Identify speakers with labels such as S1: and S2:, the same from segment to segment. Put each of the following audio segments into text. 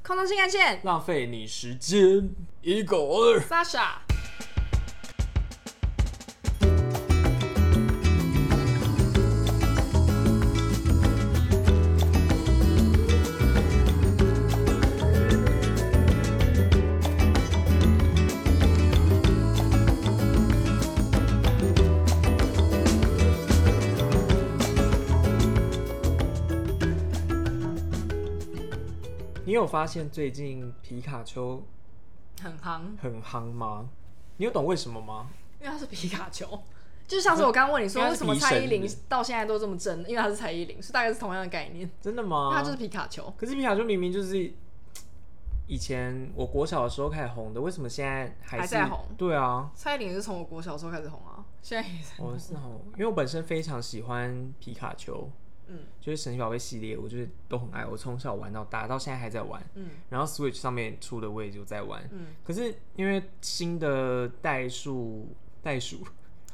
S1: 空中新干线
S2: 浪费你时间。一个二，
S1: ，Sasha。
S2: 你有发现最近皮卡丘
S1: 很夯，
S2: 很夯吗？你有懂为什么吗？
S1: 因为他是皮卡丘。就是上次我刚问你说，
S2: 因
S1: 为
S2: 为他是
S1: 什么蔡依
S2: 皮神
S1: 林
S2: 是
S1: 到现在都这么正？因为她是蔡依林，是大概是同样的概念，
S2: 真的
S1: 因
S2: 吗？
S1: 为她就是皮卡丘。
S2: 可是皮卡丘明明就是以前我国小的时候开始红的，为什么现在还是
S1: 还在红
S2: 对啊，
S1: 蔡依林也是从我国小的时候开始红啊，现在也是。
S2: 我是红，因为我本身非常喜欢皮卡丘，
S1: 嗯
S2: 就是神奇宝贝系列，我就是都很爱，我从小玩到大，到现在还在玩。
S1: 嗯
S2: 然后 Switch 上面出的我也就在玩，
S1: 嗯
S2: 可是因为新的代数代数，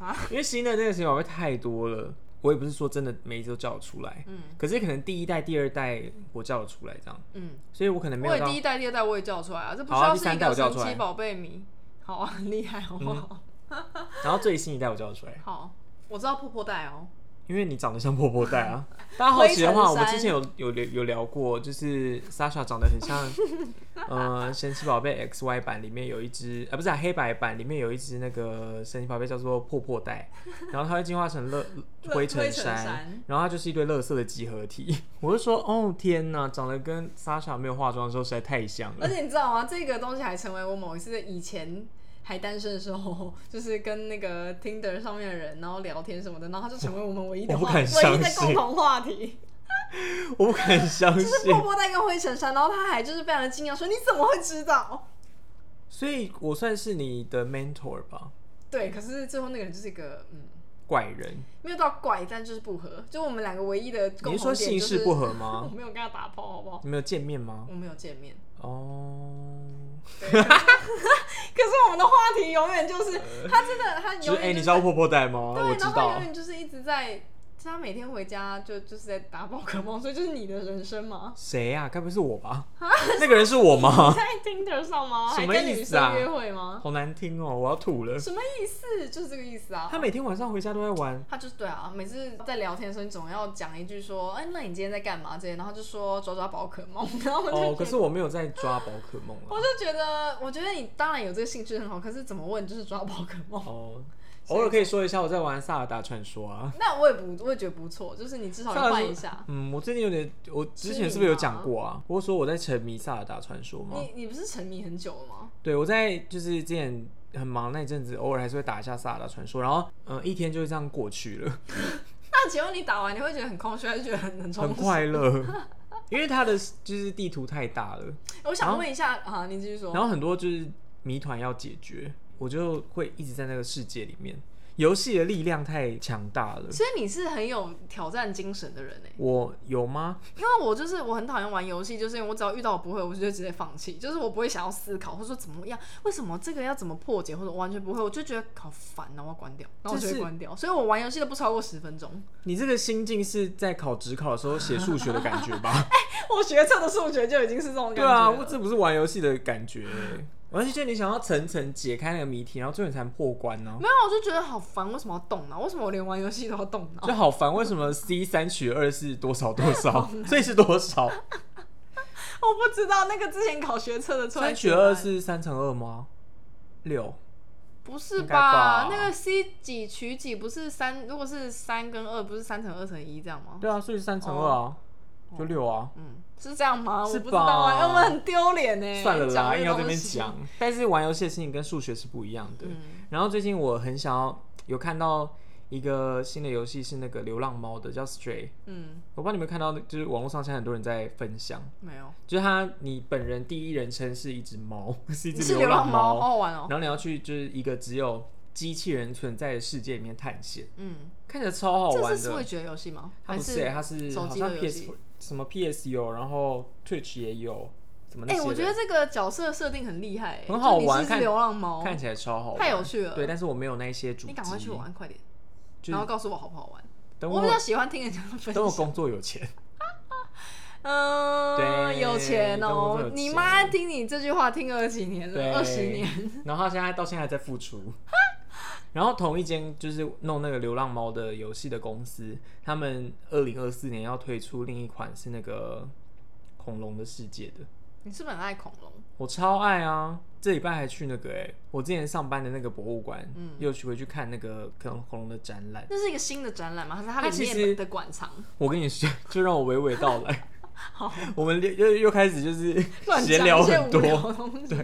S1: 啊
S2: 因为新的那个神奇宝贝太多了，我也不是说真的每一只都叫得出来，
S1: 嗯
S2: 可是可能第一代、第二代我叫得出来这样，
S1: 嗯，
S2: 所以我可能没
S1: 我
S2: 有
S1: 也
S2: 到
S1: 第一代、第二代我也叫出来啊，这不需
S2: 好啊
S1: 要
S2: 第
S1: 是一
S2: 三代
S1: 个
S2: 我叫
S1: 神
S2: 出来
S1: 奇宝贝迷，好啊，很厉害，好不好？
S2: 然后最新一代我叫得出来，
S1: 好，我知道破破袋哦，
S2: 因为你长得像婆婆带 啊。大家好奇的话，
S1: 灰尘
S2: 我
S1: 山
S2: 们之前有有聊有聊过，就是 Sasha 长得很 像，呃，神奇宝贝 X Y 版里面有一只，啊，不是、啊、黑白版里面有一只那个神奇宝贝叫做破破 带，然后它会进化成乐
S1: 乐
S2: 灰尘
S1: 灰尘山
S2: 然后它就是一堆垃圾的集合体。我就说，哦天哪，长得跟 Sasha 没有化妆的时候实在太像
S1: 而
S2: 了。
S1: 且你知道吗？这个东西还成为我某一次以前还单身的时候， 就是跟那个 Tinder 上面的人，然后聊天什么的，然后他就成为我们唯一的
S2: 我不
S1: 话，唯
S2: 敢相
S1: 一的
S2: 信
S1: 共同话题，
S2: 我不敢相
S1: 就是
S2: 信
S1: 波。波带跟灰尘山，然后他还就是非常的惊讶说：“你怎么会知道
S2: 所以我算是你的 mentor 吧，？”
S1: 对，可是最后那个人就是一个嗯，
S2: 怪人。
S1: 没有到怪，但就是不合，就我们两个唯一的
S2: 你
S1: 共
S2: 是说
S1: 同点
S2: 姓
S1: 就是
S2: 氏不合
S1: 我
S2: 吗？
S1: 没有跟他打炮，好不好？
S2: 你们有见面吗？
S1: 我没有见面，
S2: 哦，
S1: 可是我们的话题永远就是他真的他
S2: 呃就是
S1: 永
S2: 哎、
S1: 远就
S2: 你知
S1: 是
S2: 道婆婆带吗？我
S1: 对，
S2: 知
S1: 然后他
S2: 道
S1: 永，远就是一直在，他每天回家就就是在打宝可梦，所以就是你的人生吗？
S2: 谁呀、该不会是我吧？
S1: 啊
S2: 那个人是我吗？
S1: 在 Tinder 上吗？
S2: 什
S1: 还
S2: 么
S1: 跟
S2: 意
S1: 女
S2: 思啊
S1: 生约会吗？
S2: 好难听哦，我要吐了。
S1: 什么意思？就是这个意思啊。
S2: 他每天晚上回家都在玩，
S1: 他就是对啊，每次在聊天的时候，你总要讲一句说，哎、那你今天在干嘛？这些，然后就说抓抓宝可梦，然后我就觉得
S2: 哦，可是我没有在抓宝可梦
S1: 我
S2: 啊。
S1: 就觉得，我觉得你当然有这个兴趣很好，可是怎么问就是抓宝可梦。
S2: 哦，偶尔可以说一下我在玩《萨尔达传说》啊。
S1: 那我也不，我也觉得不错，就是你至少
S2: 萨尔达
S1: 换一下。
S2: 嗯，我最近有点，我之前是不是有讲过啊？我说我在沉迷《萨尔达传说》吗？
S1: 你你不是沉迷很久了吗？
S2: 对，我在就是之前很忙那一阵子，偶尔还是会打一下《萨尔达传说》，然后嗯、呃一天就会这样过去了。
S1: 那请问你打完你会觉得很空虚，还是觉得很很充
S2: 很
S1: 实？
S2: 快乐，因为它的就是地图太大了，
S1: 我
S2: 然
S1: 想
S2: 后
S1: 问一下啊，你继续说。
S2: 然后很多就是谜团要解决，我就会一直在那个世界里面。游戏的力量太强大了，
S1: 所以你是很有挑战精神的人哎、
S2: 我有吗？
S1: 因为我就是我很讨厌玩游戏，就是因为我只要遇到我不会，我就直接放弃，就是我不会想要思考，或者说怎么样，为什么这个要怎么破解，或者我完全不会，我就觉得好烦啊，我要关掉，然后我就
S2: 这
S1: 会
S2: 是
S1: 关掉，所以我玩游戏都不超过十分钟。
S2: 你这个心境是在考职考的时候写数学的感觉 吧？
S1: 我学测的数学就已经是这种感觉
S2: 对
S1: 了
S2: 啊，我这不是玩游戏的感觉、欸，而且就你想要层层解开那个谜题，然后最后你才破关呢、
S1: 没有，我就觉得好烦，为什么要动脑？为什么我连玩游戏都要动脑？
S2: 就好烦。为什么 C 三取二是多少多少？所以是多少？
S1: 我不知道那个之前考学测的出来
S2: 三取
S1: 怎么
S2: 二
S1: 玩
S2: 是三乘二吗？六。
S1: 不是
S2: 应该吧
S1: 吧？那个 C 几取几不是三？如果是三跟二，不是三乘二乘一这样吗？
S2: 对啊，所以三乘二啊，就六啊。
S1: 嗯，是这样吗？
S2: 是
S1: 我不知道啊，
S2: 吧
S1: 哎我们很丢脸呢。
S2: 算了啦，硬
S1: 哦这
S2: 要
S1: 个
S2: 这
S1: 东
S2: 边
S1: 西。嗯
S2: 讲。但是玩游戏的事情跟数学是不一样的。然后最近我很想要有看到一个新的游戏，是那个流浪猫的，叫 Stray。
S1: 嗯，
S2: 我不知道你有没有看到，就是网络上现在很多人在分享，
S1: 没有。
S2: 就是它你本人第一人称是一只猫， 是一
S1: 你
S2: 只
S1: 是流浪猫，
S2: 猫，
S1: 好好玩哦。
S2: 然后你要去就是一个只有机器人存在的世界里面探险，
S1: 嗯，
S2: 看起来超好玩
S1: 这
S2: 的。
S1: 是 Switch 的游戏吗？
S2: 它
S1: 还
S2: 不是、欸，它是
S1: 手
S2: 好
S1: 机
S2: 像
S1: 的游
S2: PS
S1: 戏？
S2: 什么 PS 有，然后 Twitch 也有，什么那
S1: 哎，
S2: 些的、
S1: 我觉得这个角色设定很厉害欸，
S2: 很好玩
S1: 就你是一
S2: 看
S1: 只流浪猫，
S2: 看起来超好玩，
S1: 太有趣了
S2: 对，但是我没有那一些主机。
S1: 你赶快去玩，快点，
S2: 就是
S1: 然后告诉我好不好玩。
S2: 等
S1: 我
S2: 我
S1: 比较喜欢听人家分
S2: 等我
S1: 享。
S2: 工作有钱。
S1: 嗯、
S2: 对
S1: 有钱
S2: 动不
S1: 哦、
S2: 动有钱
S1: 你妈听你这句话听二十几年
S2: 对，
S1: 了， 二十年。。
S2: 然后他现在到现在还在付出。 然后同一间就是弄那个流浪猫的游戏的公司，他们二零二四年要推出另一款是那个恐龙的世界的，
S1: 你是不是很爱恐龙？
S2: 我超爱啊！这礼拜还去那个哎、我之前上班的那个博物馆，嗯，又去回去看那个恐恐龙的展览。
S1: 那是一个新的展览吗？还是它
S2: 它
S1: 里
S2: 其
S1: 面
S2: 实
S1: 的馆藏？
S2: 我跟你说，就让我娓娓道来。好，我们又又又开始就是
S1: 乱
S2: 闲
S1: 讲
S2: 聊
S1: 一些
S2: 很
S1: 无聊
S2: 多，
S1: 的东西。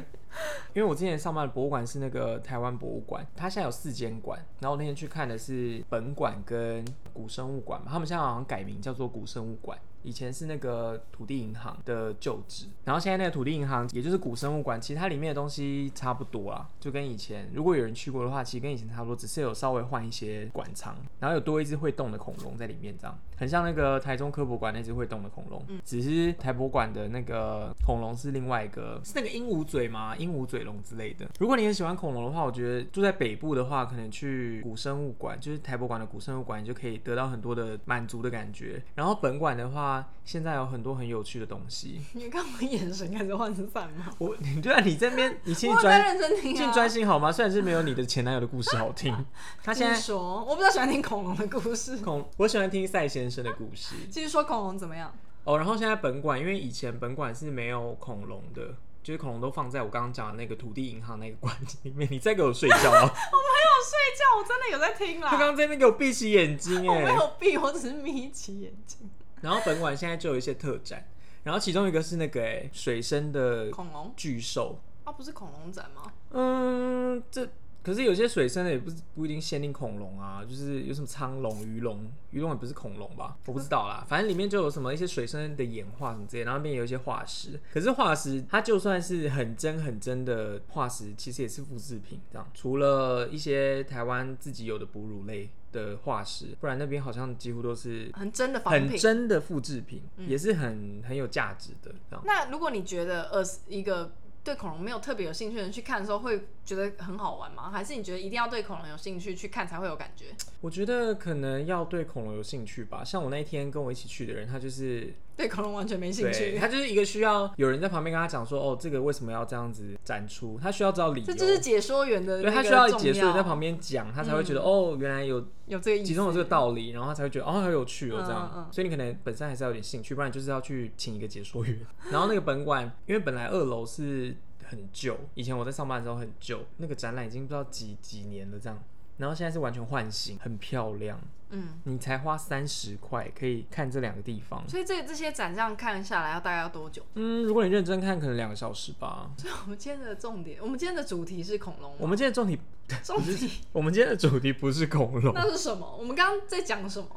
S2: 因为我之前上班的博物馆是那个台湾博物馆，它现在有四间馆，然后我那天去看的是本馆跟古生物馆嘛，他们现在好像改名叫做古生物馆，以前是那个土地银行的旧址，然后现在那个土地银行也就是古生物馆，其实它里面的东西差不多啦，就跟以前如果有人去过的话，其实跟以前差不多，只是有稍微换一些馆藏，然后有多一只会动的恐龙在里面，这样很像那个台中科博馆那只会动的恐龙，只是台博馆的那个恐龙是另外一个，是那个鹦鹉嘴吗？鹦鹉嘴龙之类的。如果你很喜欢恐龙的话，我觉得住在北部的话，可能去古生物馆，就是台博馆的古生物馆，你就可以得到很多的满足的感觉。然后本馆的话，现在有很多很有趣的东西。
S1: 你看我眼神开始涣散吗？
S2: 我，你对啊，你这 边，你请你
S1: 我有在
S2: 专。
S1: 认真听
S2: 请
S1: 啊
S2: 你。专心好吗？虽然是没有你的前男友的故事好 听，他现
S1: 继
S2: 在
S1: 续说，我比较喜欢听恐龙的故 事。
S2: 恐，我喜欢听赛先生的故事。
S1: 继续说恐龙怎么样？
S2: 哦，然后现在本馆，因为以前本馆是没有恐龙的，就是恐龙都放在我刚刚讲的那个土地银行那个馆里面。你再给我睡觉啊！
S1: 我睡觉，我真的有在听
S2: 他刚
S1: 啦。
S2: 刚在那边给我闭起眼睛
S1: 我没
S2: 哎。
S1: 有闭，我只是眯起眼睛。
S2: 然后本馆现在就有一些特展，然后其中一个是那个哎水生的
S1: 恐龙
S2: 巨兽，
S1: 啊，不是恐龙展吗？
S2: 嗯，这可是有些水生的也不是不一定限定恐龙啊，就是有什么苍龙、鱼龙，鱼龙也不是恐龙吧？我不知道啦，反正里面就有什么一些水生的演化什么之类，然后那边有一些化石。可是化石它就算是很真很真的化石，其实也是复制品这样，除了一些台湾自己有的哺乳类的化石，不然那边好像几乎都是
S1: 很真的仿
S2: 很
S1: 品。
S2: 真的复制品，也是很很有价值的这样。
S1: 那如果你觉得呃一个对恐龙没有特别有兴趣的人去看的时候，会觉得很好玩吗？还是你觉得一定要对恐龙有兴趣去看才会有感觉？
S2: 我觉得可能要对恐龙有兴趣吧，像我那一天跟我一起去的人，他 就是
S1: 对恐龙完全没兴
S2: 对，
S1: 趣，
S2: 他就是一个需要有人在旁边跟他讲说，哦，这个为什么要这样子展出？他需要知道理 由，
S1: 这就是解说员的
S2: 对
S1: 那
S2: 他
S1: 个
S2: 需
S1: 重要。
S2: 要解说在旁边讲，他才会觉得、哦，原来有
S1: 有这个意思。
S2: 其中有这个道理，然后他才会觉得哦，好有趣哦，这样。
S1: 嗯嗯
S2: 所以你可能本身还是要有点兴趣，不然就是要去请一个解说员。然后那个本馆，因为本来二楼是很旧，以前我在上班的时候很旧，那个展览已经不知道几几年了这样。然后现在是完全换新，很漂亮。
S1: 嗯，
S2: 你才花三十块可以看这两个地方。
S1: 所以这这些展这样看下来，要大概要多久？
S2: 嗯，如果你认真看，可能两个小时吧。
S1: 所以我们今天的重点，我们今天的主题是恐龙吗。
S2: 我们今天的重题，
S1: 重 点
S2: 我们今天的主题不是恐龙，
S1: 那是什么？我们刚刚在讲什么？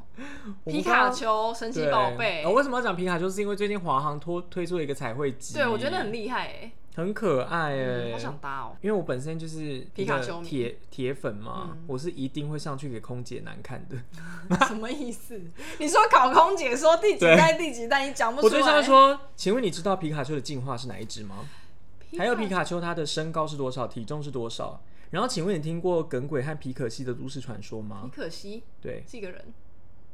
S2: 我
S1: 皮
S2: 们刚
S1: 卡
S2: 刚
S1: 丘、神奇宝贝
S2: 对哦，。为什么要讲皮卡丘？是因为最近华航推推出了一个彩绘机，
S1: 对，我觉得很厉害哎、
S2: 很可爱
S1: 嗯
S2: 哎、
S1: 好想搭哦、
S2: 因为我本身就是
S1: 皮卡丘
S2: 一个
S1: 迷嗯
S2: 铁铁粉嘛，我是一定会上去给空姐难看的。
S1: 什么意思？你说考空姐说第几
S2: 对
S1: 代第几代，你讲不出
S2: 我
S1: 来。
S2: 最上说，请问你知道皮卡丘的进化是哪一只吗？还有皮卡丘它的身高是多少，体重是多少？然后请问你听过耿鬼和皮可西的都市传说
S1: 你
S2: 吗？
S1: 可惜
S2: 对，
S1: 是一个人，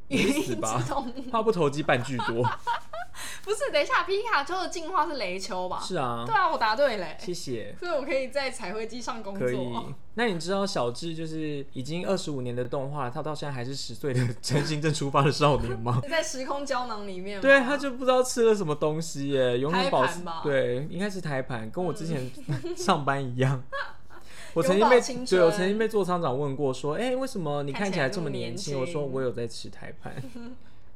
S2: 你去死吧
S1: 知道吗
S2: 话不投机半句多。
S1: 不是，等一下，皮卡丘的进化是雷丘吧？
S2: 是啊
S1: 对，啊，我答对嘞，
S2: 谢谢。
S1: 所以我可以在彩绘机上工
S2: 可以
S1: 作。。
S2: 那你知道小智就是已经二十五年的动画了，他到现在还是十岁的真心正出发的少年吗？
S1: 在时空胶囊里面吗，
S2: 对，他就不知道吃了什么东西耶，永远保持
S1: 胎盘吧
S2: 对，应该是胎盘，跟我之前 上班一样。我曾经
S1: 永
S2: 被
S1: 葆青
S2: 对我
S1: 春
S2: 曾经被座厂长问过说，哎、为什么你
S1: 看
S2: 看
S1: 起
S2: 起
S1: 来
S2: 来
S1: 这
S2: 这
S1: 么
S2: 么
S1: 年
S2: 年轻？我说
S1: 轻
S2: 我有在吃胎盘，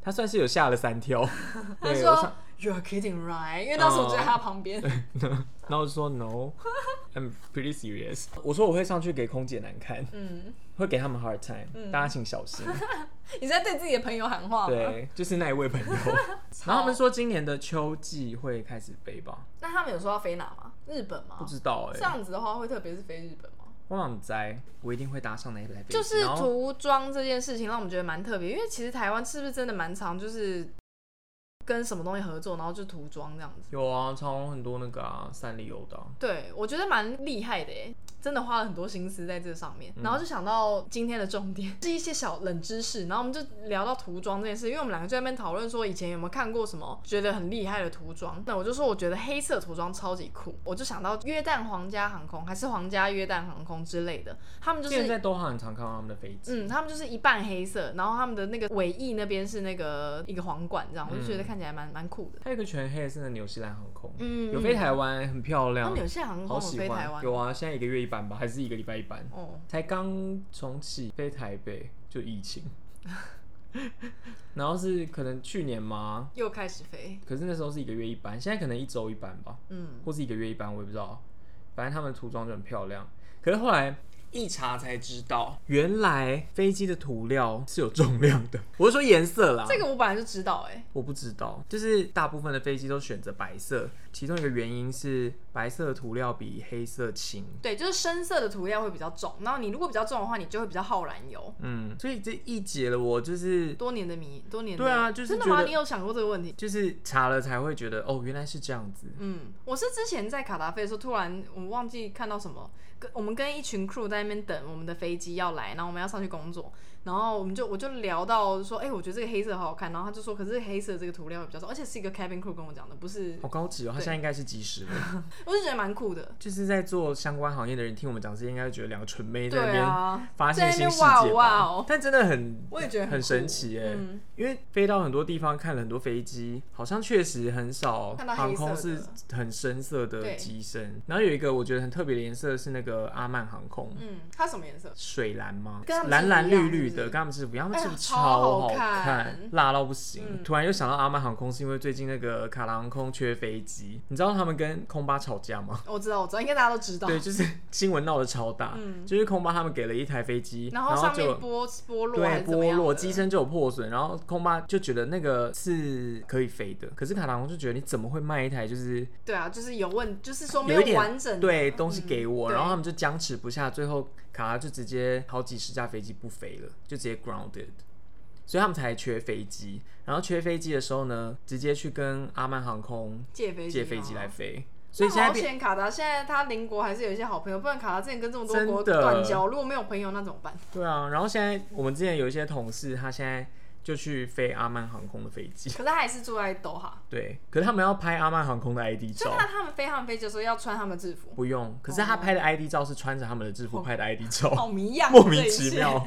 S2: 他算是有吓了三跳。
S1: 他
S2: 对，我哦
S1: 说
S2: 上
S1: You're kidding right，因为那时候我就在他旁边，
S2: 然后我就说 No，I'm pretty serious。我说我会上去给空姐难看，
S1: 嗯，
S2: 会给他们 hard time，、大家请小心。
S1: 你在对自己的朋友喊话吗？
S2: 对，就是那一位朋友。然后他们说今年的秋季会开始飞吧？
S1: 那他们有说要飞哪吗？日本吗
S2: 不？知道哎、
S1: 这样子的话，会特别是飞日本吗？
S2: 我想摘，我一定会搭上那一台飞机。
S1: 就是
S2: 然后
S1: 涂装这件事情，让我们觉得蛮特别，因为其实台湾是不是真的蛮常就是跟什么东西合作，然后就涂装这样子。
S2: 有啊，超很多那个啊，三丽鸥的啊、
S1: 对，我觉得蛮厉害的耶，真的花了很多心思在这上面。
S2: 嗯
S1: 然后就想到今天的重点 是一些小冷知识，然后我们就聊到涂装这件事，因为我们两个就在那边讨论说以前有没有看过什么觉得很厉害的涂装。那我就说我觉得黑色涂装超级酷，我就想到约旦皇家航空还是皇家约旦航空之类的，他们就
S2: 现
S1: 是
S2: 在都很常看到他们的飞机。
S1: 嗯，他们就是一半黑色，然后他们的那个尾翼那边是那个一个皇冠这样，我就
S2: 嗯
S1: 觉得看起来蛮蛮酷的。
S2: 还有一个全黑的是那纽西兰航空，
S1: 嗯哦
S2: 有飞台湾，很漂
S1: 他
S2: 亮
S1: 们，有些航
S2: 啊好
S1: 空有
S2: 喜
S1: 飞台
S2: 欢。
S1: 湾
S2: 有啊，现在一个月一班吧，还是一个礼拜一班，
S1: 哦，
S2: 才刚重启飞台北就 疫情，然后是可能去年嘛，
S1: 又开始飞，
S2: 可是那时候是一个月一班，现在可能一周一班吧，
S1: 嗯。
S2: 或是一个月一班，我也不知道。反正他们的涂装就很漂亮，可是后来一查才知道，原来飞机的涂料是有重量的。我是说颜色啦，
S1: 这个我本来就知道、哎，
S2: 我不知道，就是大部分的飞机都选择白色，其中一个原因是白色的涂料比黑色轻。
S1: 对，就是深色的涂料会比较重，然后你如果比较重的话，你就会比较耗燃油。
S2: 嗯，所以这一解了我就是
S1: 多年的迷，多年的
S2: 对啊就是
S1: 真的
S2: 觉
S1: 吗？
S2: 得
S1: 你有想过这个问题？
S2: 就是查了才会觉得哦，原来是这样子。
S1: 嗯，我是之前在卡达菲的时候，突然我忘记看到什么，跟我们跟一群 crew 在那边等我们的飞机要来，然后我们要上去工作，然后我们就我就聊到说，哎、我觉得这个黑色好好看，然后他就说，可是黑色这个涂料会比较重，而且是一个 cabin crew 跟我讲的，不是，
S2: 好高级哦，它
S1: 对
S2: 现在应该是及时的。
S1: 我就觉得蛮酷的。
S2: 就是在做相关行业的人听我们讲这些，应该会觉得两个蠢妹在那
S1: 对
S2: 边
S1: 啊，
S2: 发现新世界
S1: 在那
S2: 吧。
S1: 边哇哦哇哦
S2: 但真的很，
S1: 我也觉得
S2: 很
S1: 酷
S2: 神奇耶、
S1: 嗯
S2: 因为飞到很多地方，看了很多飞机，好像确实很少
S1: 看到
S2: 航
S1: 黑色的
S2: 空是很深色的
S1: 对
S2: 机身。然后有一个我觉得很特别的颜色是那个阿曼航空。
S1: 嗯，它什么颜色？
S2: 水蓝吗
S1: 跟他？们
S2: 蓝蓝
S1: 制服一
S2: 绿
S1: 样
S2: 绿的，
S1: 是不是
S2: 跟他们制服一样，他们
S1: 哎
S2: 制
S1: 呀
S2: 服
S1: 超好
S2: 好
S1: 看嗯
S2: 辣到不行。突然又想到阿曼航空，是因为最近那个卡拉航空缺飞机，你知道他们跟空巴吵架吗？
S1: 我知道，我知道，应该大家都知道。嗯
S2: 对，就是新闻闹得超大，就是空巴他们给了一台飞机，
S1: 然后
S2: 后
S1: 上面
S2: 就
S1: 剥剥落还
S2: 对
S1: 是怎么
S2: 剥
S1: 样
S2: 落，
S1: 的
S2: 机身就有破损，然后空巴就觉得那个是可以飞的，可是卡达龙就觉得你怎么会卖一台就是
S1: 对啊，就是有问，就是说没
S2: 有一点
S1: 完整的嗯
S2: 对东西给我，
S1: 对
S2: 然后他们就僵持不下，最后卡达就直接好几十架飞机不飞了，就直接 grounded。所以他们才缺飞机，然后缺飞机的时候呢，直接去跟阿曼航空
S1: 借飞机
S2: 借飞
S1: 吗
S2: 机来。飞，所
S1: 那
S2: 以现在
S1: 好
S2: 变
S1: 险，卡达现在他邻国还是有一些好朋友，不然卡达之前跟这么多国
S2: 真的
S1: 断交，如果没有朋友那怎么办？
S2: 对啊，然后现在我们之前有一些同事，他现在就去飞阿曼航空的飞机，
S1: 可是他还是住在多哈，
S2: 对，可是他们要拍阿曼航空的 ID
S1: 就
S2: 照，
S1: 看他们飞他们飞机的时候要穿他们制服，
S2: 不用，可是他拍的
S1: 哦
S2: ID 照是穿着他们的制服拍的 ID 照，
S1: 好迷样，
S2: 莫名其
S1: 这一
S2: 妙
S1: 切。。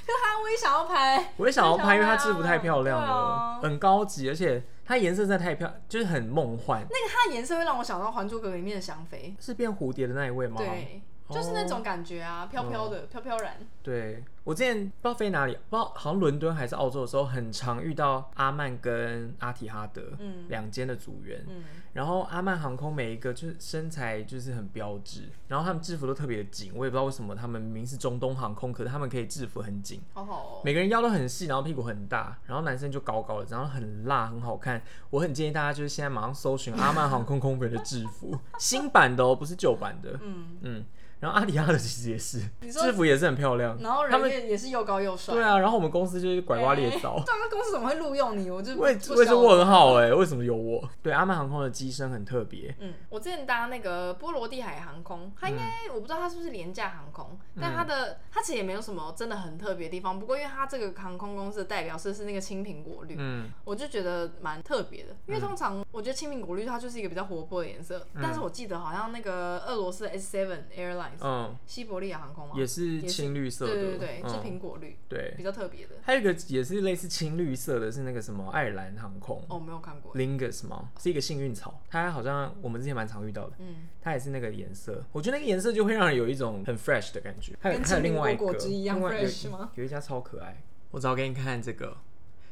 S1: 可是 他我也想要拍，
S2: 我也想要拍，因为它制服太漂亮
S1: 对
S2: 了
S1: 啊，
S2: 很高级，而且它颜色真的太漂，就是很梦幻。
S1: 那个它的颜色会让我想到《还珠格格》里面的香妃，
S2: 是变蝴蝶的那一位吗？
S1: 对，
S2: 哦
S1: 就是那种感觉啊，飘飘
S2: 嗯
S1: 的，飘飘然。
S2: 对我之前不知道飞哪里，不知道好像伦敦还是澳洲的时候，很常遇到阿曼跟阿提哈德
S1: 嗯
S2: 两间的组员，
S1: 嗯，
S2: 然后阿曼航空每一个就是身材就是很标致，然后他们制服都特别的紧，我也不知道为什么他们明明是中东航空，可是他们可以制服很紧，
S1: 好好哦。
S2: 每个人腰都很细，然后屁股很大，然后男生就高高的，然后很辣，很好看。我很建议大家就是现在马上搜寻阿曼航空空服员的制 服，新版的哦，不是旧版的。
S1: 嗯，
S2: 嗯，然后阿里亚的其实也是
S1: 你说嗯
S2: 制服也是很漂亮，
S1: 然后
S2: 他
S1: 人
S2: 们
S1: 也也是又高又帅。
S2: 对啊，然后我们公司就是拐瓜裂枣。
S1: 对啊，那公司怎么会录用你？我就不
S2: 我也
S1: 不
S2: 我也是
S1: 晓得
S2: 问号哎、为什么有我？对，阿曼航空的机身很特别，
S1: 嗯，我之前搭那个波罗的海航空，它应该、
S2: 嗯
S1: 我不知道它是不是廉价航空，但它的它其实也没有什么真的很特别的地方。不过因为它这个航空公司的代表色是那个青苹果绿，
S2: 嗯，
S1: 我就觉得蛮特别的。因为通常我觉得青苹果绿它就是一个比较活泼的颜色，但是我记得好像那个俄罗斯的 S Seven Airlines、
S2: 嗯，
S1: 西伯利亚航空嘛，
S2: 也是青绿色的，
S1: 对对对，是
S2: 嗯、
S1: 苹果绿，
S2: 对。
S1: 比较特别的。
S2: 还有一个也是类似青绿色的，是那个什么爱尔兰航空、
S1: 哦，没有看过。
S2: Lingus 吗？是一个幸运草，它好像我们之前蛮常遇到的，
S1: 嗯，
S2: 它也是那个颜色。我觉得那个颜色就会让人有一种很 fresh 的感觉。还有
S1: 跟
S2: 还
S1: 青
S2: 有
S1: 苹
S2: 另
S1: 果
S2: 外一个
S1: 果汁一样
S2: 另外有
S1: fresh 吗
S2: 有一家超可爱，我找给你看这个。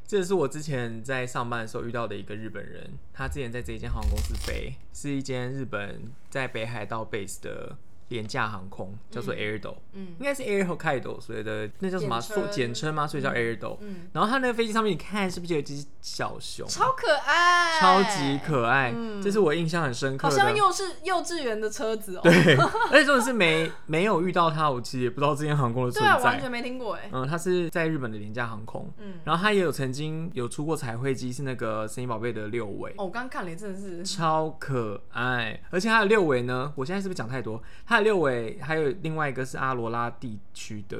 S2: 这是我之前在上班的时候遇到的一个日本人，他之前在这一间航空公司飞，是一间日本在北海道 base 的廉价航空，叫做 Airdo，、
S1: 嗯
S2: 应该是 Air Hokkaido，所以的那叫什么啊
S1: 简
S2: 缩
S1: 称
S2: 简称吗？所以叫 Airdo、
S1: 嗯，
S2: 然后它那个飞机上面，你看是不是有一只小熊？
S1: 超可爱，
S2: 超级，可爱，
S1: 嗯
S2: 这是我印象很深刻
S1: 好
S2: 的。
S1: 像又是幼稚园的车子哦、
S2: 对，而且重点是没没有遇到它，我其实也不知道这间航空的
S1: 对
S2: 存
S1: 啊，
S2: 在
S1: 完。全没听过哎、
S2: 嗯，它是在日本的廉价航空，
S1: 嗯，
S2: 然后它也有曾经有出过彩绘机，是那个神奇宝贝的六尾，
S1: 哦，我刚刚看了，真的是，
S2: 超可爱。而且它的六尾呢，我现在是不是讲太多？它的六尾还有另外一个是阿罗拉地区的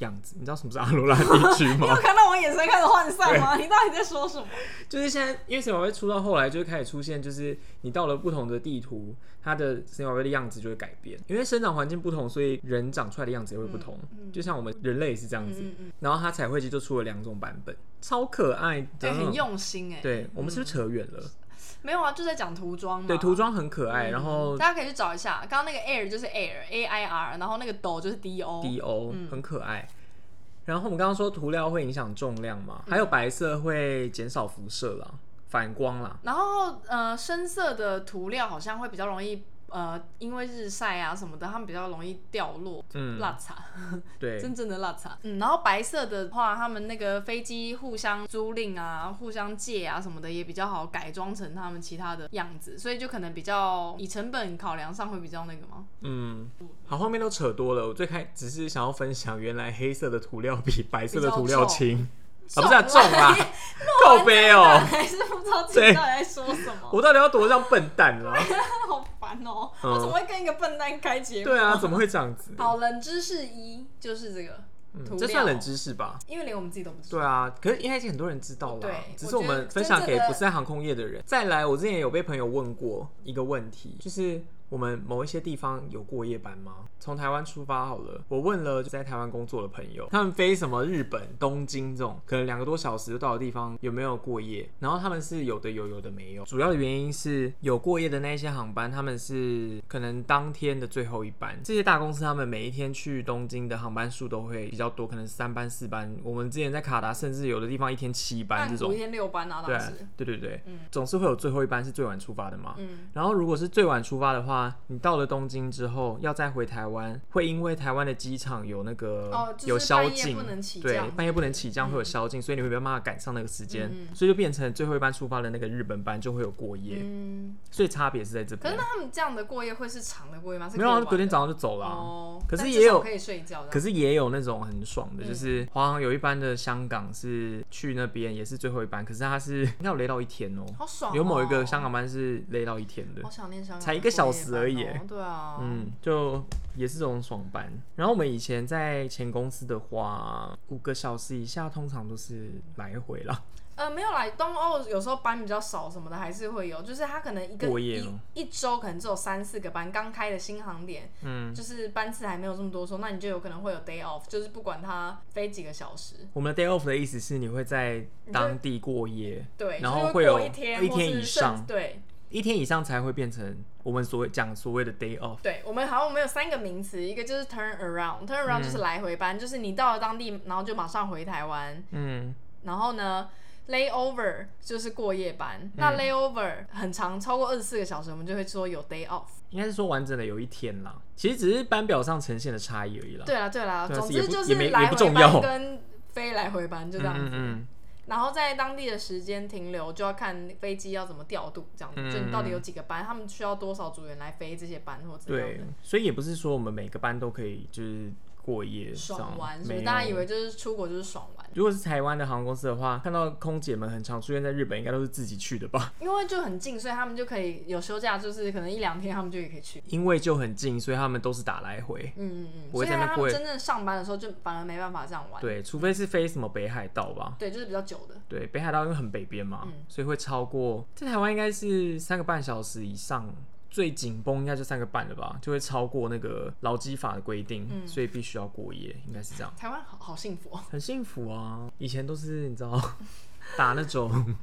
S2: 样子，你知道什么是阿罗拉地区 吗
S1: 你有？看到我眼神开始涣散吗？你到底在说什么？
S2: 就是现在，因为神奇宝贝出到后来，就会开始出现，就是你到了不同的地图，它的神奇宝贝的样子就会改变，因为生长环境不同，所以人长出来的样子也会不同。
S1: 嗯嗯
S2: 就像我们人类也是这样子。
S1: 嗯嗯嗯，
S2: 然后它彩绘机就出了两种版本，超可爱的，
S1: 对，很。用心嗯哎、，
S2: 嗯对我们是不是扯远了？
S1: 没有啊，就在讲涂装嘛，
S2: 对，涂装很可爱，
S1: 嗯
S2: 然后
S1: 大家可以去找一下，刚刚那个 air 就是 air a i r，然后那个 do 就是 d o，
S2: D O
S1: 嗯
S2: 很可爱。然后我们刚刚说涂料会影响重量嘛，
S1: 嗯
S2: 还有白色会减少辐射啦，反光啦。
S1: 然后呃深色的涂料好像会比较容易呃因为日晒啊什么的，它们比较容易掉落。
S2: 嗯，
S1: 蜡茶，
S2: 对，
S1: 真正的蜡茶。嗯，然后白色的话，他们那个飞机互相租赁啊、互相借啊什么的，也比较好改装成他们其他的样子，所以就可能比较以成本考量上会比较那个吗？
S2: 嗯，好，后面都扯多了。我最开只是想要分享，原来黑色的涂料比白色的涂料轻，啊，不是啊，重 啦，靠背
S1: 我
S2: 哦、
S1: 还是不知道自
S2: 对嗯
S1: 己到底在说什 么，
S2: 我到底要多像笨蛋 啊？
S1: 好烦哦、
S2: 嗯
S1: 我怎么会跟一个笨蛋开节目？
S2: 对啊，怎么会这样子？
S1: 好，冷知识一就是这个
S2: 嗯
S1: 涂料，
S2: 这算冷知识吧？
S1: 因为连我们自己都不知道。
S2: 对啊，可是应该已经很多人知道了啊
S1: 对，
S2: 只是我们分享给不是在航空业的人。再来，我之前有被朋友问过一个问题，就是我们某一些地方有过夜班吗？从台湾出发好了，我问了就在台湾工作的朋友，他们飞什么日本东京这种，可能两个多小时就到的地方，有没有过夜？然后他们是有的有，有的没有。主要的原因是有过夜的那一些航班，他们是可能当天的最后一班。这些大公司他们每一天去东京的航班数都会比较多，可能三班四班。我们之前在卡达，甚至有的地方一天七班这
S1: 曼谷
S2: 种
S1: 一。天六班啊，
S2: 对
S1: 当时，
S2: 对对对，
S1: 嗯
S2: 总是会有最后一班是最晚出发的嘛。
S1: 嗯，
S2: 然后如果是最晚出发的话，你到了东京之后要再回台湾，会因为台湾的机场有那个、
S1: 哦就是
S2: 有宵
S1: 半夜
S2: 禁
S1: 不能起，降
S2: 对，半夜不能起降会有宵禁，所以你会没办法赶上那个时间，
S1: 嗯
S2: 所以就变成最后一班出发的那个日本班就会有过夜，
S1: 嗯，
S2: 所以差别是在这
S1: 可是
S2: 边
S1: 那。他们这样的过夜会是长的过夜吗？是
S2: 没有
S1: 可
S2: 啊，
S1: 以玩的
S2: 隔天早上就走了啊、
S1: 哦，
S2: 可是
S1: 但
S2: 也
S1: 至少
S2: 有
S1: 可以睡觉的。
S2: 可
S1: 是
S2: 是也有那种很爽的，
S1: 嗯
S2: 就是华航有一班的香港是去那边也是最后一班，可是它是 应该有累到一天哦、
S1: 好爽哦，
S2: 有某一个香港班是累到一天的
S1: 好。想念香港的过夜班哦，
S2: 才一个小时而已耶
S1: 对啊，
S2: 嗯，就也是这种爽班。然后我们以前在前公司的话，五个小时以下通常都是来回啦。
S1: 呃，没有啦，东欧有时候班比较少什么的，还是会有，就是他可能一个
S2: 过夜
S1: 一
S2: 吗
S1: 一周可能只有三四个班，刚开的新航点，
S2: 嗯，
S1: 就是班次还没有这么多的时候，那你就有可能会有 day off，就是不管它飞几个小时，
S2: 我们的 day off 的意思是你会在当地过夜，
S1: 对，
S2: 然
S1: 就是
S2: 后
S1: 会
S2: 有
S1: 过一天
S2: 一
S1: 或
S2: 天
S1: 是
S2: 以
S1: 甚
S2: 上，
S1: 对
S2: 一天以上才会变成我们所谓讲所谓的 day off。
S1: 对，我们好像我们有三个名词，一个就是 turn around，turn around
S2: 嗯
S1: 就是来回班，就是你到了当地，然后就马上回台湾，
S2: 嗯，
S1: 然后呢。Layover 就是过夜班，
S2: 嗯
S1: 那 layover 很长，超过二十四个小时，我们就会说有 day off。
S2: 应该是说完整的有一天啦，其实只是班表上呈现的差异而已啦。
S1: 对啦对啦，
S2: 对啊
S1: 总
S2: 也
S1: 之
S2: 不
S1: 就
S2: 也
S1: 是
S2: 没也
S1: 来
S2: 不
S1: 回
S2: 重
S1: 班
S2: 要
S1: 跟飞来回班就这样
S2: 嗯
S1: 子。
S2: 嗯嗯，
S1: 然后在当地的时间停留，就要看飞机要怎么调度，这样子，
S2: 嗯
S1: 就你到底有几个班，他们需要多少组员来飞这些班或怎样
S2: 对
S1: 的。，
S2: 所以也不是说我们每个班都可以就是过夜这样
S1: 爽玩，所
S2: 没
S1: 以
S2: 有
S1: 大家以为就是出国就是爽玩，
S2: 如果是台湾的航空公司的话，看到空姐们很常出现在日本，应该都是自己去的吧？
S1: 因为就很近，所以他们就可以有休假，就是可能一两天他们就也可以去。
S2: 因为就很近，所以他们都是打来回。
S1: 嗯嗯嗯，
S2: 不
S1: 所
S2: 会
S1: 以
S2: 在那边
S1: 他
S2: 不会
S1: 们真正上班的时候就反而没办法这样玩。
S2: 对，除非是飞什么北海道吧？
S1: 对，就是比较久的。
S2: 对，北海道因为很北边嘛，
S1: 嗯
S2: 所以会超过在台湾应该是三个半小时以上，最紧绷应该就三个半了吧，就会超过那个劳基法的规定，
S1: 嗯
S2: 所以必须要过夜，应该是这样。
S1: 台湾好好幸福哦，
S2: 很幸福啊！以前都是你知道 打那种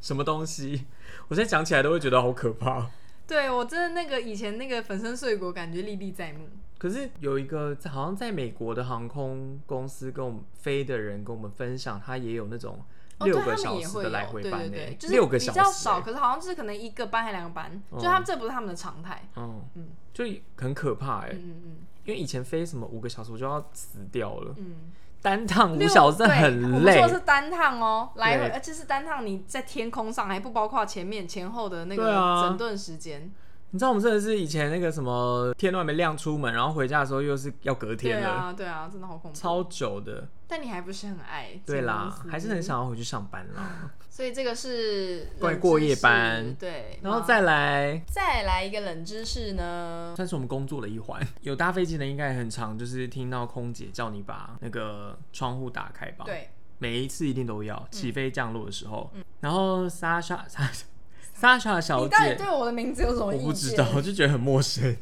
S2: 什么东西，我现在讲起来都会觉得好可怕。
S1: 对我真的那个以前那个粉身碎骨，感觉历历在目。
S2: 可是有一个在好像在美国的航空公司跟我们飞的人跟我们分享，他也有那种
S1: 哦，
S2: 六
S1: 对，
S2: 个
S1: 他
S2: 小
S1: 们也
S2: 时
S1: 会
S2: 的
S1: 有，
S2: 来回
S1: 对
S2: 班
S1: 对
S2: 呢、
S1: 对，就是
S2: 六个
S1: 比
S2: 小时、
S1: 较少，
S2: 欸，
S1: 可是好像就是可能一个班还两个班，
S2: 哦
S1: 就他们这不是他们的常态。
S2: 嗯
S1: 嗯，
S2: 就很可怕哎、
S1: 嗯嗯
S2: 因为以前飞什么五个小时我就要死掉了，
S1: 嗯
S2: 单趟
S1: 嗯，
S2: 五小时真的
S1: 对
S2: 很
S1: 我们
S2: 累
S1: 说。的是单趟哦，来回，
S2: 对
S1: 而且是单趟，你在天空上还不包括前面前后的那
S2: 对
S1: 个
S2: 啊
S1: 整顿时间。
S2: 你知道我们真的是以前那个什么天都还没亮出门，然后回家的时候又是要隔
S1: 对
S2: 天了，
S1: 啊，对啊，真的好恐怖。
S2: 超久的。
S1: 但你还不是很爱，
S2: 对啦
S1: 这公，司
S2: 还是很。想要回去上班啦。
S1: 所以这个是冷
S2: 关于过
S1: 知
S2: 夜
S1: 识
S2: 班
S1: 对，
S2: 然后
S1: 那
S2: 再来，
S1: 再来一个冷知识呢，
S2: 算是我们工作的一环。 有搭飞机的应该也很常，就是听到空姐叫你把那个窗户打开吧。，
S1: 对，嗯
S2: 每一次一定都要，起飞降落的时候。然后莎莎莎莎莎小
S1: 你到底
S2: 姐，
S1: 对我的名字有什么
S2: 我
S1: 意见？
S2: 不知道，我 就觉得很陌生。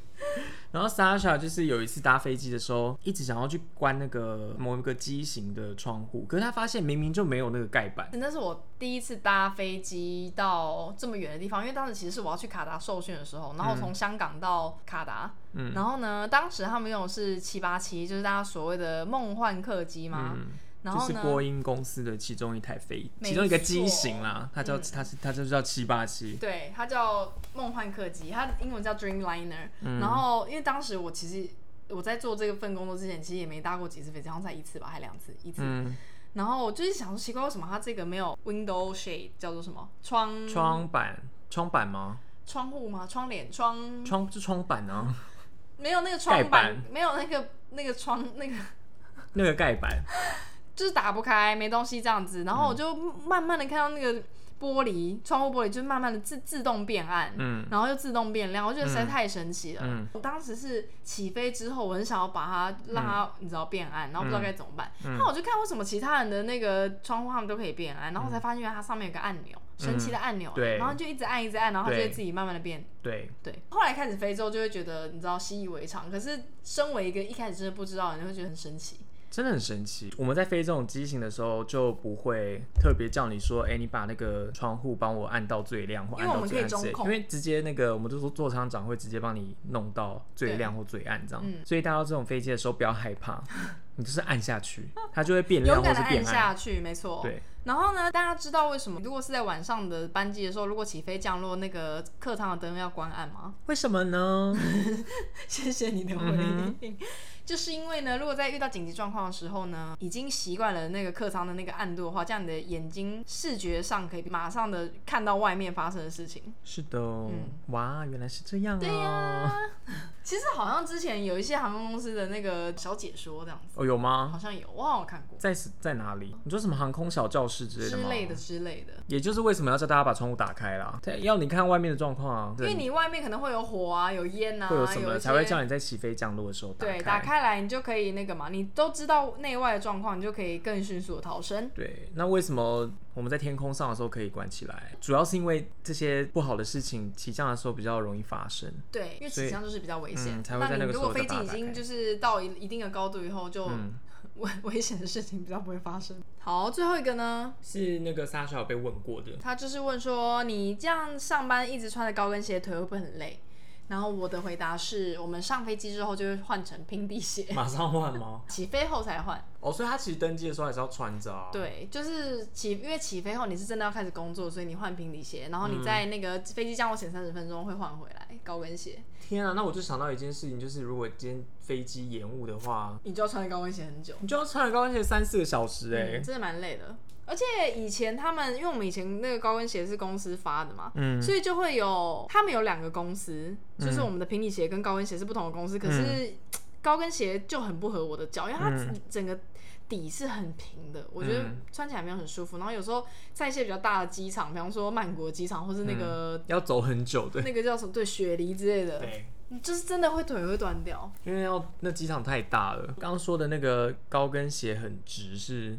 S2: 然后 Sasha 就是有一次搭飞机的时候，一直想要去关那个某一个机型的窗户，可是他发现明明就没有那个盖板。
S1: 那是我第一次搭飞机到这么远的地方，因为当时其实是我要去卡达受训的时候，然后我从香港到卡达，
S2: 嗯
S1: 然后呢，当时他们用的是七八七，就是大家所谓的梦幻客机嘛，
S2: 嗯，
S1: 然后
S2: 就是
S1: 呢，
S2: 波音公司的其中一台飞，
S1: 没
S2: 其中一个机型啦，
S1: 错
S2: 它叫
S1: 嗯
S2: 它是它就叫七八七。
S1: 对，它叫梦幻客机，它的英文叫 Dreamliner、然
S2: 嗯
S1: 后因为当时我其实我在做这份工作之前，其实也没搭过几次飞机，好像才一次吧，还两次，一次。
S2: 嗯，
S1: 然后我就是想说，奇怪，为什么它这个没有 window shade，叫做什么窗
S2: 窗板窗板吗？
S1: 窗户吗？窗帘窗
S2: 窗是窗板啊，
S1: 没有那个窗
S2: 盖
S1: 板
S2: 板，
S1: 没有那个那个窗那个。
S2: 那个盖板。
S1: 就是打不开，没东西这样子。然后我就慢慢的看到那个玻璃，窗户玻璃就慢慢的自自动变暗，
S2: 嗯
S1: 然后又自动变亮，我觉得实在
S2: 嗯
S1: 太神奇了。
S2: 嗯
S1: 我当时是起飞之后，我很想要把它让它、你知道变暗，然后不知道该怎么办。
S2: 嗯
S1: 那我就看为什么其他人的那个窗户他们都可以变暗，然后
S2: 嗯
S1: 我才发现原来它上面有个按钮，神奇的按钮、
S2: 对
S1: 然后就一直按一直按，然后它就会
S2: 嗯对
S1: 自己慢慢的变
S2: 对，
S1: 对，后来开始非洲就会觉得你知道习以为常，可是身为一个一开始真的不知道的人，你会觉得很神奇。
S2: 真的很神奇。我们在飞这种机型的时候，就不会特别叫你说，哎、你把那个窗户帮我按到最亮
S1: 因
S2: 或
S1: 为
S2: 按
S1: 我
S2: 到
S1: 们
S2: 最
S1: 可以
S2: 暗之
S1: 中
S2: 类
S1: 控
S2: 因为直接那个我们就说座舱长会直接帮你弄到最亮或最暗这样。
S1: 嗯
S2: 所以搭到这种飞机的时候，不要害 怕，你就是按下去，它就会变亮
S1: 勇
S2: 或
S1: 敢
S2: 是
S1: 的
S2: 变
S1: 按
S2: 暗。
S1: 下去，没错。
S2: 对，
S1: 然后呢，大家知道为什么？如果是在晚上的班机的时候，如果起飞降落，那个客舱的灯要关暗吗？
S2: 为什么 呢？
S1: 谢谢你的回
S2: 嗯
S1: 应。就是因为呢，如果在遇到紧急状况的时候呢，已经习惯了那个客舱的那个暗度的话，这样你的眼睛视觉上可以马上的看到外面发生的事情。
S2: 是的，哦哇，原来是这样、哦。
S1: 嗯对呀、 其实好像之前有一些航空公司的那个小解说这样子，
S2: 哦，有吗？
S1: 好像有，我好像有看过
S2: 在在哪里？你说什么航空小教室之类的
S1: 之
S2: 吗？
S1: 类的之类的。
S2: 也就是为什么要叫大家把窗户打开啦，对，要你看外面的状况啊，
S1: 因
S2: 对
S1: 为你外面可能会有火啊，有烟啊，
S2: 会有什么
S1: 一
S2: 才会
S1: 些
S2: 叫你在起飞降落的时候打
S1: 对，
S2: 开？
S1: 打开来你就可以那个嘛，你都知道内外的状况，你就可以更迅速的逃生。
S2: 对那为什么我们在天空上的时候可以关起来？主要是因为这些不好的事情起降的时候比较容易发生。
S1: 对，因为
S2: 所以
S1: 起降就是比较危险、
S2: 嗯才会在那
S1: 那
S2: 个
S1: 你
S2: 时
S1: 如
S2: 候
S1: 果飞
S2: 再
S1: 机
S2: 把它
S1: 已
S2: 打开
S1: 经就是到一一定的高度以后，就
S2: 嗯，
S1: 危、危险的事情比较不会发生。好，最后一个呢，
S2: 是那个莎莎有被问过的，
S1: 他就是问说，你这样上班一直穿着高跟鞋，腿会不会很累？然后我的回答是我们上飞机之后就会换成平底鞋，
S2: 马上换吗？
S1: 起飞后才换。
S2: 哦，所以他其实登机的时候还是要穿着啊。，
S1: 对，就是起，因为起飞后你是真的要开始工作，所以你换平底鞋，然后
S2: 嗯
S1: 你在那个飞机降落前三十分钟会换回来高跟鞋，
S2: 天啊，那我就想到一件事情，就是如果今天飞机延误的话，
S1: 你就要穿着高跟鞋很久，
S2: 你就要穿着高跟鞋三四个小时哎、
S1: 嗯，真的蛮累的。而且以前他们，因为我们以前那个高跟鞋是公司发的嘛，
S2: 嗯
S1: 所以就会有他们有两个公司，就是我们的平底鞋跟高跟鞋是不同的
S2: 嗯
S1: 公司，可是高跟鞋就很不合我的脚，因为它
S2: 嗯
S1: 整个底是很平的，我觉得
S2: 嗯
S1: 穿起来没有很舒服。然后有时候在一些比较大的机场，比方说曼谷的机场或是那个
S2: 要走很久 的。
S1: 那个叫什么对雪梨之类的，
S2: 嗯对。
S1: 你就是真的会腿会断掉。
S2: 因为要那机场太大了，刚刚说的那个高跟鞋很直是，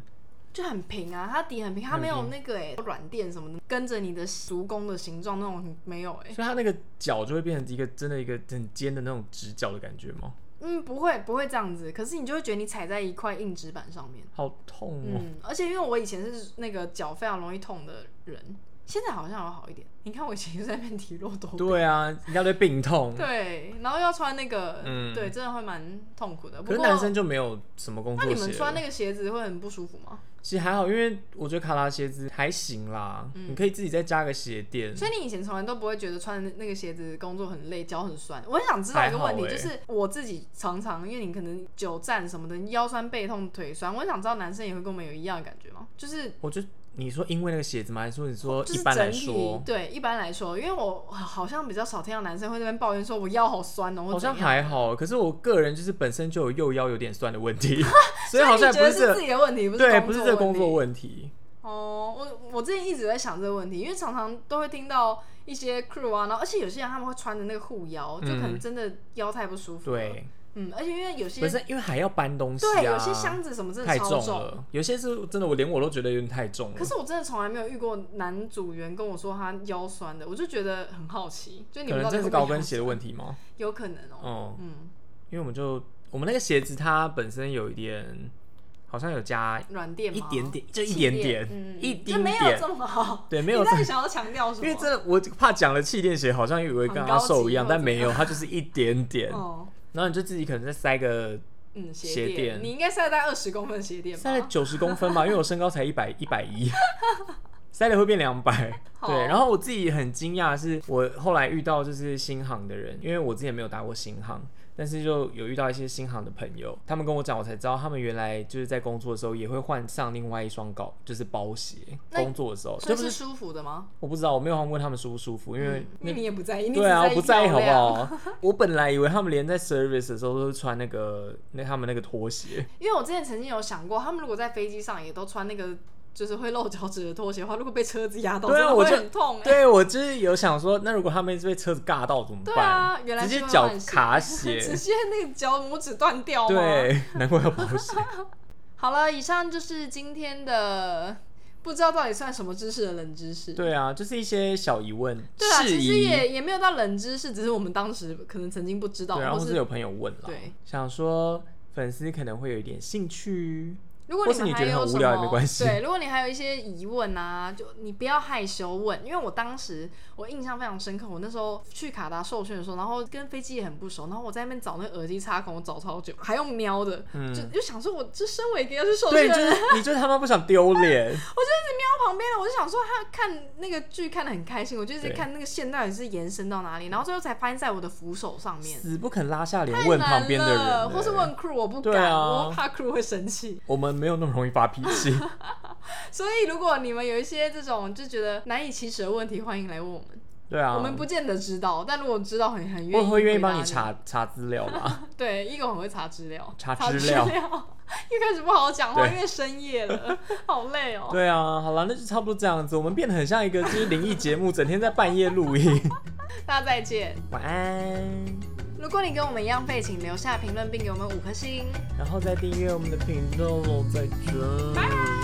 S1: 就很平啊，它底很平，它
S2: 很
S1: 没有
S2: 平
S1: 那个哎、软垫什么的，跟着你的足弓的形状那种没有哎、
S2: 所以它那个脚就会变成一个真的一个很尖的那种直角的感觉吗？
S1: 嗯，不会不会这样子，可是你就会觉得你踩在一块硬纸板上面，
S2: 好痛哦、
S1: 嗯，而且因为我以前是那个脚非常容易痛的人，现在好像有好一点。你看我以前就在那边体弱多病，
S2: 对啊，一大堆病痛。
S1: 嗯对，然后又要穿那个，
S2: 嗯
S1: 对，真的会蛮痛苦的。不
S2: 可是
S1: 过
S2: 男生就没有什么工
S1: 那
S2: 作
S1: 你
S2: 鞋
S1: 们
S2: 了。
S1: 穿那个鞋子会很不舒服吗？
S2: 其实还好，因为我觉得卡拉鞋子还行啦，你可以自己再加个鞋垫。
S1: 嗯所以你以前从来都不会觉得穿那个鞋子工作很累，脚很酸。我很想知道一个问题，
S2: 还好
S1: 就
S2: 欸
S1: 是我自己常常因为你可能久站什么的，腰酸背痛腿酸，我很想知道男生也会跟我们有一样的感觉吗？就是
S2: 我就你说因为那个鞋子吗？还是说你说
S1: 就
S2: 哦一
S1: 是
S2: 般
S1: 整
S2: 来
S1: 体
S2: 说？
S1: 对一般来说，因为我好像比较少听到男生会在那边抱怨说我腰好酸哦、或
S2: 好像
S1: 怎样
S2: 还好，可是我个人就是本身就有右腰有点酸的 问题，所
S1: 所
S2: 以好像
S1: 你
S2: 不
S1: 觉得
S2: 这
S1: 自己的问题，不
S2: 对，
S1: 不
S2: 不是这个工作
S1: 题。
S2: 问题。
S1: 哦，我我之前一直在想这个问题，因为常常都会听到一些 crew 啊，然后而且有些人他们会穿的那个护腰，就可能
S2: 嗯
S1: 真的腰太不舒服。，
S2: 对，
S1: 嗯，而且因为有些
S2: 本身因为还要搬东西、啊，
S1: 对有些箱子什么真的
S2: 太
S1: 超
S2: 重了，嗯有些是真的，我连我都觉得有点太重了
S1: 可。是我真的从来没有遇过男组员跟我说他腰酸的，我就觉得很好奇，就你
S2: 可
S1: 们
S2: 能
S1: 到底
S2: 真的是
S1: 会不会啊
S2: 高跟
S1: 腰
S2: 鞋的
S1: 酸
S2: 问题吗？
S1: 有可能哦、
S2: 哦、
S1: 嗯，
S2: 因为我们就我们那个鞋子它本身有一点，好像有加
S1: 软垫
S2: 一
S1: 吗
S2: 点，点，就一
S1: 气
S2: 点
S1: 垫
S2: 点，
S1: 嗯，
S2: 一
S1: 就
S2: 丁
S1: 没有
S2: 点
S1: 这，么好，
S2: 对，没有
S1: 你
S2: 这
S1: 到底想要强 调什
S2: 因
S1: 么？
S2: 为真的，我怕讲了气垫鞋好像以为跟
S1: 很
S2: 阿
S1: 高
S2: 寿
S1: 级
S2: 一样，
S1: 或
S2: 但
S1: 者
S2: 没有，它就是一点点。
S1: 哦，
S2: 然后你就自己可能再塞个
S1: 嗯，
S2: 鞋
S1: 鞋
S2: 垫
S1: 你应该塞在二十公分的鞋垫吧？
S2: 塞了九十公分吧，因为我身高才一百一百一， 塞了会变两百。
S1: 好
S2: 对，然后我自己很惊讶，是我后来遇到就是新航的人，因为我之前没有打过新航，但是就有遇到一些新航的朋友，他们跟我讲，我才知道他们原来就是在工作的时候也会换上另外一双高就是包鞋，
S1: 那
S2: 工作的时候
S1: 所
S2: 就
S1: 以
S2: 不
S1: 是
S2: 是
S1: 舒服的吗？
S2: 我不知道，我没有问他们舒不舒服，因为
S1: 因为你也不在意，嗯你
S2: 对啊，我
S1: 只
S2: 不在意好
S1: 漂
S2: 不
S1: 亮？
S2: 好？我本来以为他们连在 service 的时候都是穿那个那他们那个拖鞋，
S1: 因为我之前曾经有想过，他们如果在飞机上也都穿那个就是会露脚趾的拖鞋的话，如果被车子压到，
S2: 对啊
S1: 真的
S2: 我
S1: 会
S2: 就
S1: 很痛欸。
S2: 对我就是有想说，那如果他们被车子尬到怎么
S1: 对
S2: 办？
S1: 啊，原来
S2: 直
S1: 是
S2: 接
S1: 会
S2: 脚
S1: 换鞋
S2: 卡
S1: 直
S2: 血，
S1: 接那个脚拇指断掉吗？。
S2: 对，难怪要保险。
S1: 好了，以上就是今天的不知道到底算什么知识的冷知识。
S2: 对啊，就是一些小疑问，
S1: 对啊，
S2: 质
S1: 其实
S2: 疑，
S1: 也也没有到冷知识，只是我们当时可能曾经不知道，
S2: 对，然后
S1: 或
S2: 是有朋友问了
S1: 对，
S2: 想说粉丝可能会有一点兴趣，
S1: 如果
S2: 或是
S1: 们
S2: 你
S1: 还
S2: 觉得
S1: 有
S2: 很
S1: 什
S2: 无
S1: 么
S2: 聊也没关系
S1: 对，如果你还有一些疑问啊，就你不要害羞问，因为我当时我印象非常深刻，我那时候去卡达受训的时候，然后跟飞机也很不熟，然后我在那边找那个耳机插孔，我找超久，还用瞄的，就就想说我这身为一个要去受
S2: 嗯对，
S1: 训
S2: 就
S1: 的人，
S2: 是你就是他妈不想丢
S1: 我
S2: 脸，
S1: 就一直瞄旁边的，我就想说他看那个剧看得很开心，我就一直
S2: 对
S1: 看那个线到底是延伸到哪里，然后最后才发现在我的扶手上面。
S2: 死不肯拉下脸
S1: 太
S2: 问
S1: 难
S2: 旁边的人
S1: 了
S2: 欸，
S1: 或是问 crew，我不
S2: 对
S1: 敢，
S2: 啊
S1: 我怕 crew 会生气。
S2: 我们没有那么容易发脾 气。
S1: 所以，如果你们有一些这种就觉得难以启齿的问题，欢迎来问我们。
S2: 对啊，
S1: 我们不见得知道，但如果知道，很很愿
S2: 我
S1: 意
S2: 会愿意
S1: 回答
S2: 帮你。查查资料吧。
S1: 对，一狗很会查资料，
S2: 查
S1: 资
S2: 资料
S1: 一开始不好好讲话，
S2: 对
S1: 因为深夜 了，好累哦。
S2: 对啊，好了，那就差不多这样子。我们变得很像一个就是灵异节目，整天在半夜录 音。
S1: 大家再见。
S2: 晚安，
S1: 如果你跟我们一样废，请留下评论并给我们五颗星。
S2: 然后再订阅我们的频道喽，再见。
S1: 拜拜。